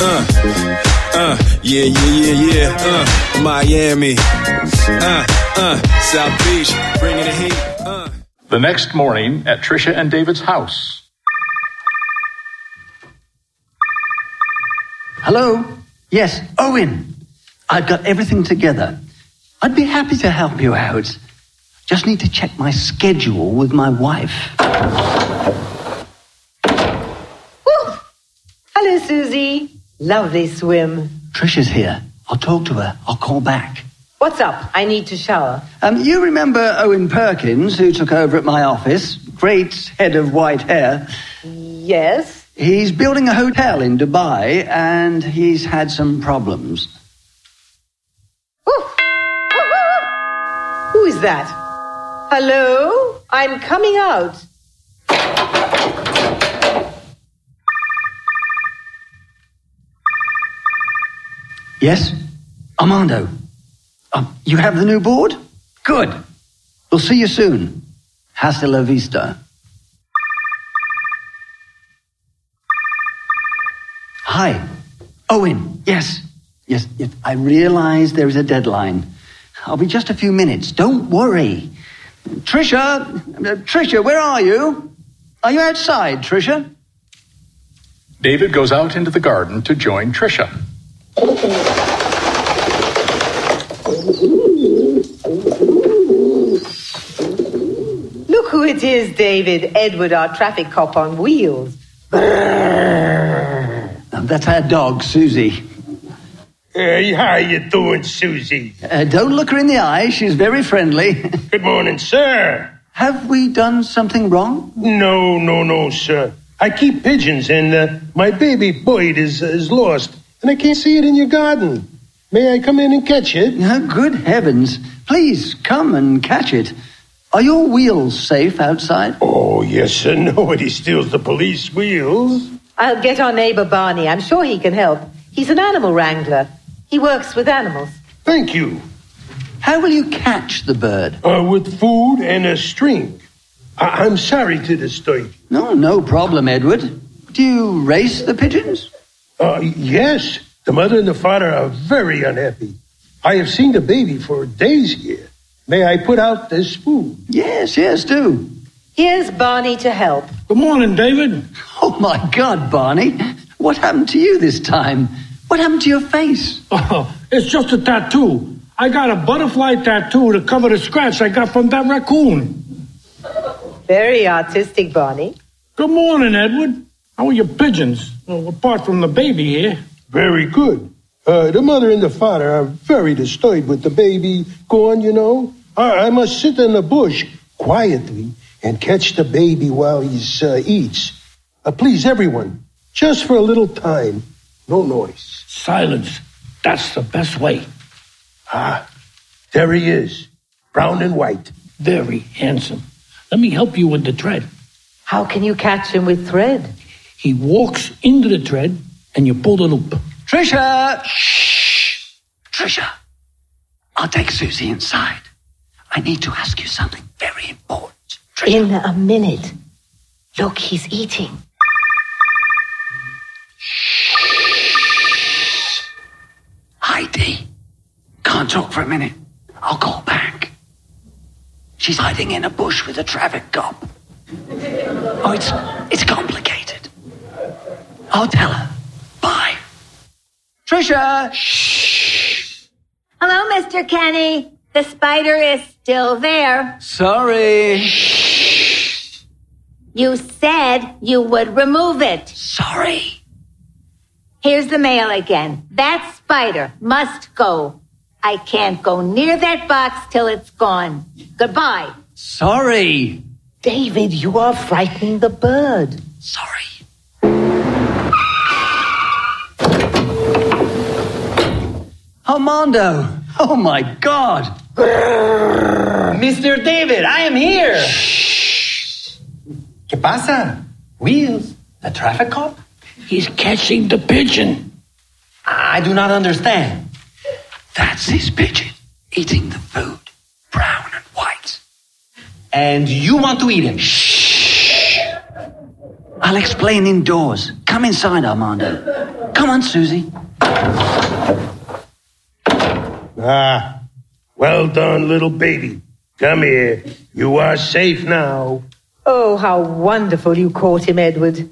Uh, uh, yeah, yeah, yeah, yeah. Uh, Miami. Uh, uh, South Beach, bringing the heat. Uh. The next morning at Trisha and David's house. Hello? Yes, Owen. I've got everything together. I'd be happy to help you out. Just need to check my schedule with my wife. Woo! Hello, Susie. Lovely swim. Trisha's here. I'll talk to her. I'll call back. What's up? I need to shower. Um, you remember Owen Perkins, who took over at my office? Great head of white hair. Yes? He's building a hotel in Dubai, and he's had some problems. Woo! Woo, woo, woo. Who is that? Hello? I'm coming out. Yes? Armando, um, you have the new board? Good. We'll see you soon. Hasta la vista. Hi. Owen, yes. Yes, yes. I realize there is a deadline. I'll be just a few minutes. Don't worry. Trisha, uh, Trisha, where are you? Are you outside, Trisha? David goes out into the garden to join Trisha. Look who it is, David. Edward, our traffic cop on wheels. Um, That's our dog, Susie. Hey, how you doing, Susie? Uh, don't look her in the eye. She's very friendly. Good morning, sir. have we done something wrong? No, no, no, sir. I keep pigeons, and uh, my baby Boyd is uh, is lost, and I can't see it in your garden. May I come in and catch it? Oh, good heavens. Please come and catch it. Are your wheels safe outside? Oh, yes, sir. Nobody steals the police wheels. I'll get our neighbor Barney. I'm sure he can help. He's an animal wrangler. He works with animals. Thank you. How will you catch the bird? Uh, with food and a string. I- I'm sorry to disturb you. No, no problem, Edward. Do you race the pigeons? Uh, yes, the mother and the father are very unhappy. I have seen the baby for days here. May I put out this food? Yes, yes, do. Here's Barney to help. Good morning, David. Oh, my God, Barney. What happened to you this time? What happened to your face? Oh, it's just a tattoo. I got a butterfly tattoo to cover the scratch I got from that raccoon. Very artistic, Barney. Good morning, Edward. How are your pigeons? Well, apart from the baby here. Very good. Uh, the mother and the father are very disturbed with the baby gone, you know. I, I must sit in the bush quietly and catch the baby while he uh, eats. Uh, please, everyone, just for a little time, no noise. Silence. That's the best way. Ah, there he is, brown and white. Very handsome. Let me help you with the tread. How can you catch him with thread? He walks into the tread, and you pull the loop. Trisha! Shh! Trisha, I'll take Susie inside. I need to ask you something very important. Trisha. In a minute. Look, he's eating. Heidi, can't talk for a minute. I'll call back. She's hiding in a bush with a traffic cop. Oh, it's it's complicated. I'll tell her. Bye. Trisha. Hello, Mr. Kenny. The spider is still there. Sorry. You said you would remove it. Sorry. Here's the mail again. That spider must go. I can't go near that box till it's gone. Goodbye. Sorry. David, you are frightening the bird. Sorry. Armando. Oh my God. Mr. David, I am here. ¿Qué pasa? Wheels, the traffic cop? He's catching the pigeon. I do not understand. That's his pigeon eating the food, brown and white. And you want to eat him? I'll explain indoors. Come inside, Armando. Come on, Susie. Ah, well done, little baby. Come here. You are safe now. Oh, how wonderful you caught him, Edward.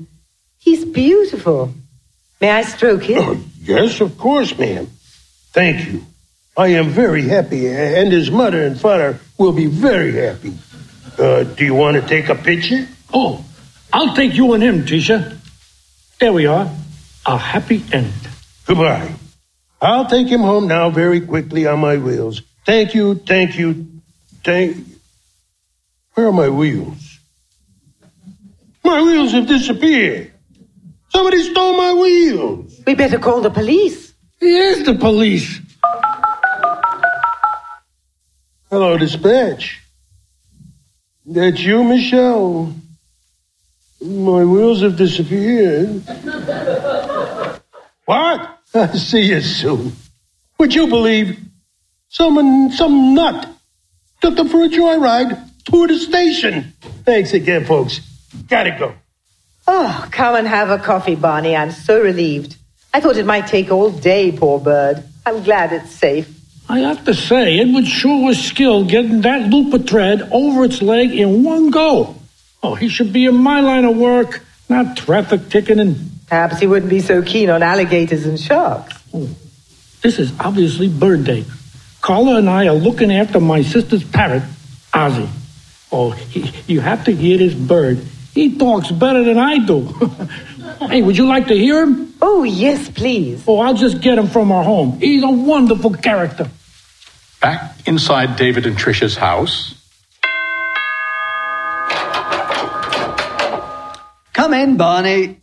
He's beautiful. May I stroke Oh. him? Yes, of course, ma'am. Thank you. I am very happy, a- and his mother and father will be very happy. Uh, do you want to take a picture? Oh, I'll take you and him, Tisha. There we are. A happy end. Goodbye. I'll take him home now very quickly on my wheels. Thank you, thank you, thank. Where are my wheels? My wheels have disappeared. Somebody stole my wheels. We better call the police. Here's the police. Hello, dispatch. That's you, Michelle. My wheels have disappeared. what? See you soon. Would you believe someone, some nut, took them for a joyride to the station? Thanks again, folks. Gotta go. Oh, come and have a coffee, Barney. I'm so relieved. I thought it might take all day, poor bird. I'm glad it's safe. I have to say, Edward sure was skilled getting that loop of thread over its leg in one go. Oh, he should be in my line of work, not traffic ticketing. Perhaps he wouldn't be so keen on alligators and sharks. This is obviously bird day. Carla and I are looking after my sister's parrot, Ozzy. Oh, he, you have to hear this bird. He talks better than I do. hey, would you like to hear him? Oh, yes, please. Oh, I'll just get him from our home. He's a wonderful character. Back inside David and Trisha's house, Come in, Barney.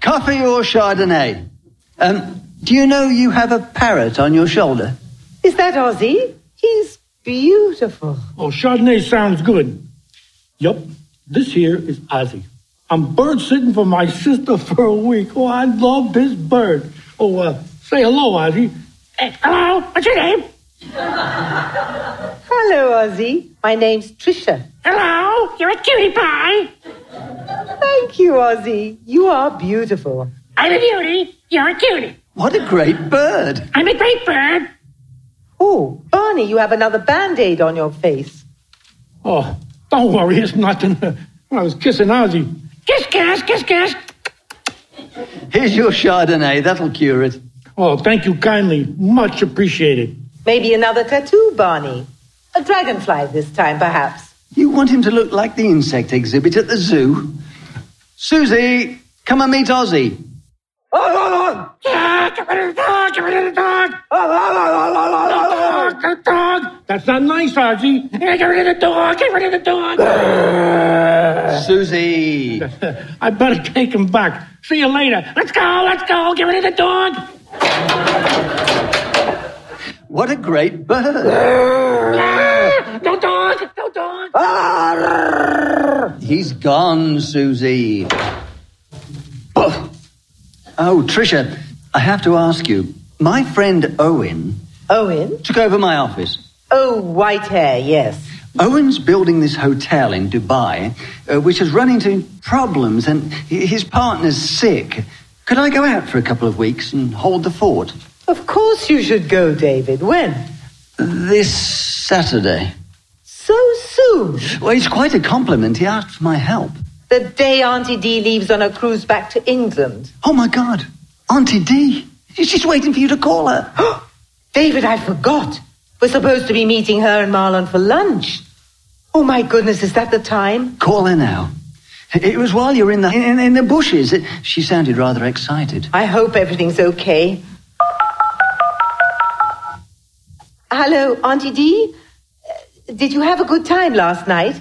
Coffee or Chardonnay? Um, do you know you have a parrot on your shoulder? Is that Ozzy? He's beautiful. Oh, Chardonnay sounds good. Yup, this here is Ozzy. I'm bird sitting for my sister for a week. Oh, I love this bird. Oh, uh, say hello, Ozzy. Eh, Hey, hello, what's your name? Hello, Ozzy. My name's Trisha. Hello, you're a cutie pie. Thank you, Ozzy. You are beautiful. I'm a beauty. You're a cutie. What a great bird. I'm a great bird. Oh, Barney, you have another band-aid on your face. Oh, don't worry, it's nothing. I was kissing Ozzy. Kiss, kiss, kiss, kiss. Here's your Chardonnay. That'll cure it. Oh, thank you kindly. Much appreciated. Maybe another tattoo, Barney. A dragonfly this time, perhaps. You want him to look like the insect exhibit at the zoo? Susie, come and meet Ozzy. Yeah, get rid of the dog. Get rid of the dog. Dog, dog, dog. That's not nice, Ozzy. Yeah, get rid of the dog. Get rid of the dog. Susie. I better take him back. See you later. Let's go. Let's go. Get rid of the dog. What a great bird. Ah, no dog. No dog. He's gone, Susie. Oh, Oh, Trisha, I have to ask you. My friend Owen Owen? took over my office. Oh, white hair, yes. Owen's building this hotel in Dubai, uh, which has run into problems, and hi- his partner's sick. Could I go out for a couple of weeks and hold the fort? Of course you should go, David. When? This Saturday. So soon. Well, it's quite a compliment. He asked for my help. The day Auntie Dee leaves on a cruise back to England. Oh my God, Auntie D. She's waiting for you to call her. David, I forgot. We're supposed to be meeting her and Marlon for lunch. Oh, my goodness, is that the time? Call her now. It was while you were in the in, in the bushes. It- she sounded rather excited. I hope everything's okay. Hello, Auntie Dee? Uh, Did you have a good time last night?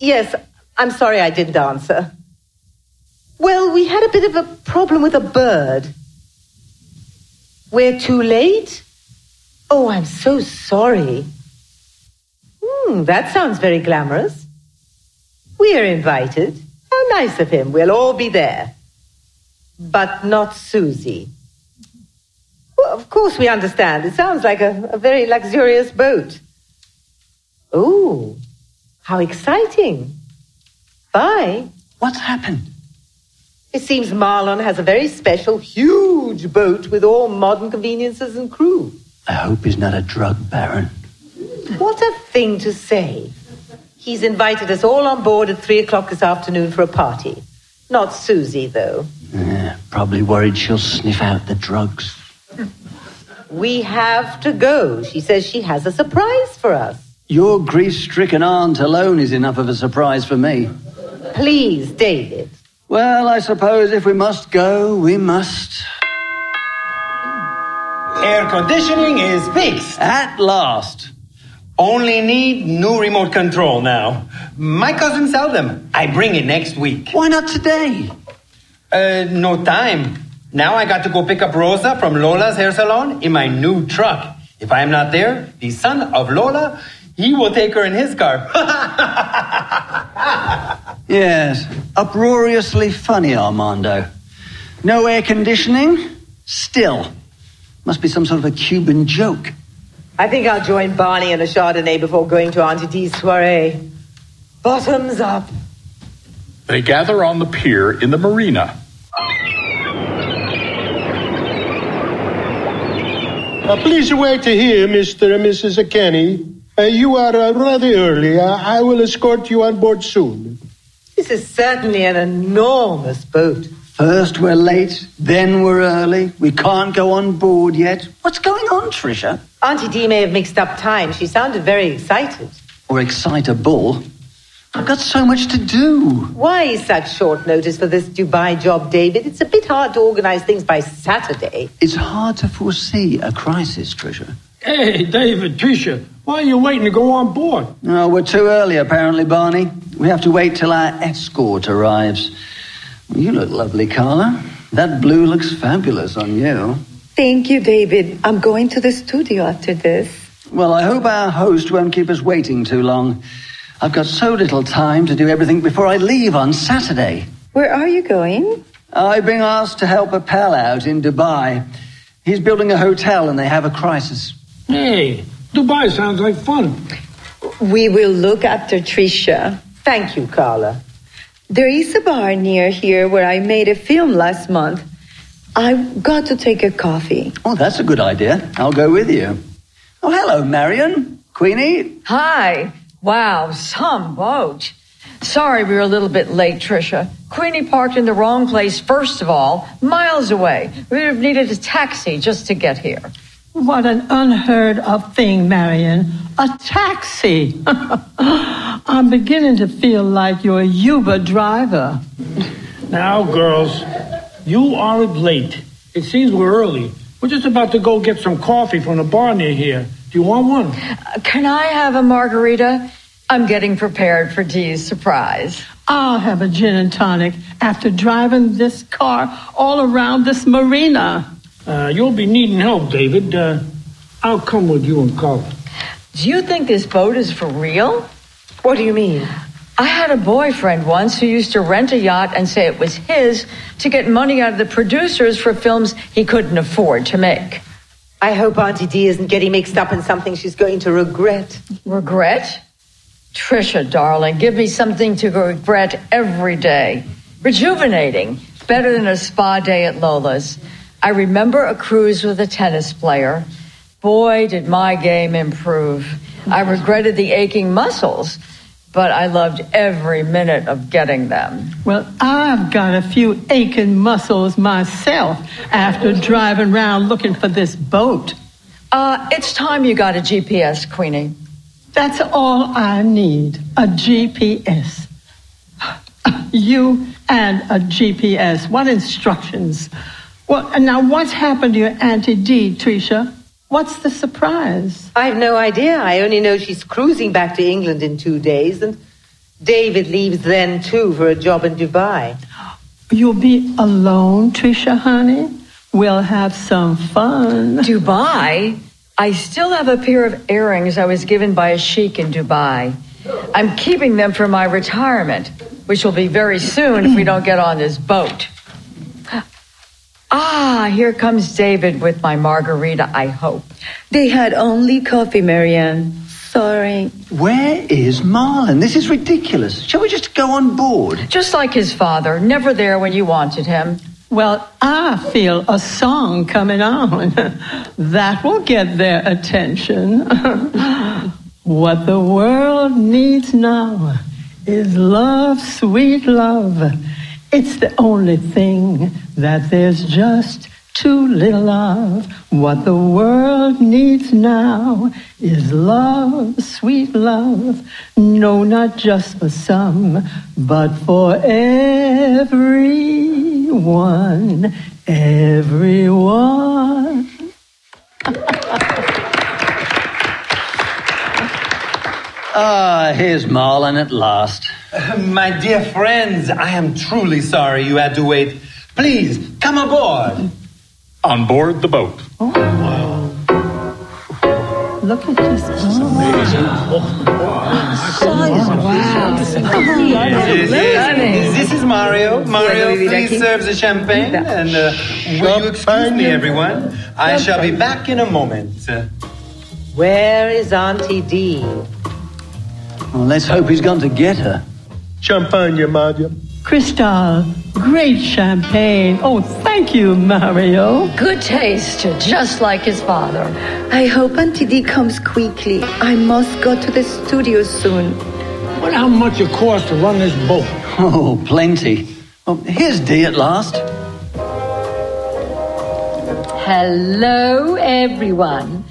Yes, I'm sorry I didn't answer. Well, we had a bit of a problem with a bird. We're too late? Oh, I'm so sorry. Hmm, that sounds very glamorous. We're invited. How nice of him. We'll all be there but not Susie. Well, of course, we understand. It sounds like a, a very luxurious boat. Oh, how exciting! Bye. What's happened? It seems Marlon has a very special, huge boat with all modern conveniences and crew. I hope he's not a drug baron. What a thing to say. He's invited us all on board at three o'clock this afternoon for a party. Not Susie, though. Eh, probably worried she'll sniff out the drugs. We have to go. She says she has a surprise for us. Your grief stricken aunt alone is enough of a surprise for me. Please, David. Well, I suppose if we must go, we must. Air conditioning is fixed. At last. Only need new remote control now. My cousin sells them. I bring it next week. Why not today? Uh, no time. Now I got to go pick up Rosa from Lola's hair salon in my new truck. If I am not there, the son of Lola, he will take her in his car. Yes, uproariously funny, Armando. No air conditioning? Still. Must be some sort of a Cuban joke. I think I'll join Barney in a Chardonnay before going to Auntie Dee's soiree. Bottoms up. They gather on the pier in the marina. Uh, please wait here, Mr. and Mrs. Kenny. Uh, you are uh, rather early. I-, I will escort you on board soon. This is certainly an enormous boat. First we're late, then we're early. We can't go on board yet. What's going on, Trisha? Auntie Dee may have mixed up time. She sounded very excited. Or excitable. I've got so much to do. Why such short notice for this Dubai job, David? It's a bit hard to organize things by Saturday. It's hard to foresee a crisis, Trisha. Hey, David, Trisha, why are you waiting to go on board? No, we're too early, apparently, Barney. We have to wait till our escort arrives. You look lovely, Carla. That blue looks fabulous on you. Thank you, David. I'm going to the studio after this. Well, I hope our host won't keep us waiting too long. I've got so little time to do everything before I leave on Saturday. Where are you going? I've been asked to help a pal out in Dubai. He's building a hotel and they have a crisis. Hey, Dubai sounds like fun. We will look after Trisha. Thank you, Carla. There is a bar near here where I made a film last month. I've got to take a coffee. Oh, that's a good idea. I'll go with you. Oh, hello, Marion. Queenie? Hi. Wow, some boat. Sorry we were a little bit late, Tricia. Queenie parked in the wrong place, first of all, miles away. We would have needed a taxi just to get here. What an unheard of thing, Marion. A taxi. I'm beginning to feel like your Uber driver. Now, girls, you are late. It seems we're early. We're just about to go get some coffee from the bar near here. Do you want one? Uh, Can I have a margarita? I'm getting prepared for Dee's surprise. I'll have a gin and tonic after driving this car all around this marina. Uh, you'll be needing help, David. Uh, I'll come with you and Carla. Do you think this boat is for real? What do you mean? I had a boyfriend once who used to rent a yacht and say it was his to get money out of the producers for films he couldn't afford to make. I hope Auntie Dee isn't getting mixed up in something she's going to regret. Regret? Trisha, darling, give me something to regret every day. Rejuvenating, better than a spa day at Lola's. I remember a cruise with a tennis player. Boy, did my game improve. I regretted the aching muscles, but I loved every minute of getting them. Well, I've got a few aching muscles myself after driving around looking for this boat. Uh, it's time you got a GPS, Queenie. That's all I need a GPS. You and a GPS. What instructions? Well, and now what's happened to your Auntie Dee, Tricia? What's the surprise? I've no idea. I only know she's cruising back to England in two days, and David leaves then too for a job in Dubai. You'll be alone, Tricia, honey. We'll have some fun. Dubai? I still have a pair of earrings I was given by a sheik in Dubai. I'm keeping them for my retirement, which will be very soon if we don't get on this boat. Ah, here comes David with my margarita, I hope. They had only coffee, Marianne. sorry. Where is Marlin? This is ridiculous. Shall we just go on board? Just like his father, never there when you wanted him. Well, I feel a song coming on. that will get their attention. what the world needs now is love, sweet love. It's the only thing that there's just too little of. What the world needs now is love, sweet love. No, not just for some, but for everyone, everyone. Ah, here's Marlin at last. My dear friends, I am truly sorry you had to wait. Please, come aboard. On board the boat. Look at this. This, is, this is Mario. Mario, Lovely, please Lucky. serve the champagne. And uh, will you excuse me, everyone? I shall be back in a moment. Where is Auntie Dee? Well, let's hope he's gone to get her. Champagne, Mario. Cristal, great champagne. Oh, thank you, Mario. Good taste, just like his father. I hope Auntie Dee comes quickly. I must go to the studio soon. What how much it costs to run this boat? Oh, plenty. Well, here's Dee at last. Hello, everyone.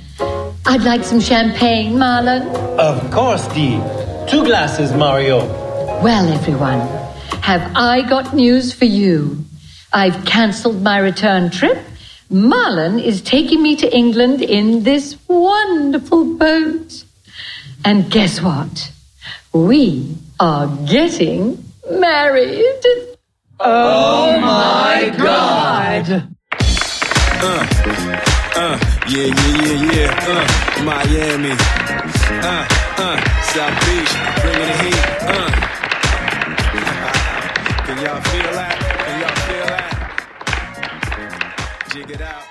I'd like some champagne, Marlon. Of course, Dee. Two glasses, Mario. Well, everyone, have I got news for you? I've cancelled my return trip. Marlon is taking me to England in this wonderful boat. And guess what? We are getting married. Oh my God. Uh, uh, yeah, yeah, yeah, yeah. Uh, Miami. Uh, uh, South Beach, bringing the heat. Uh. Can y'all feel that? Can y'all feel that? Jig it out. Uh.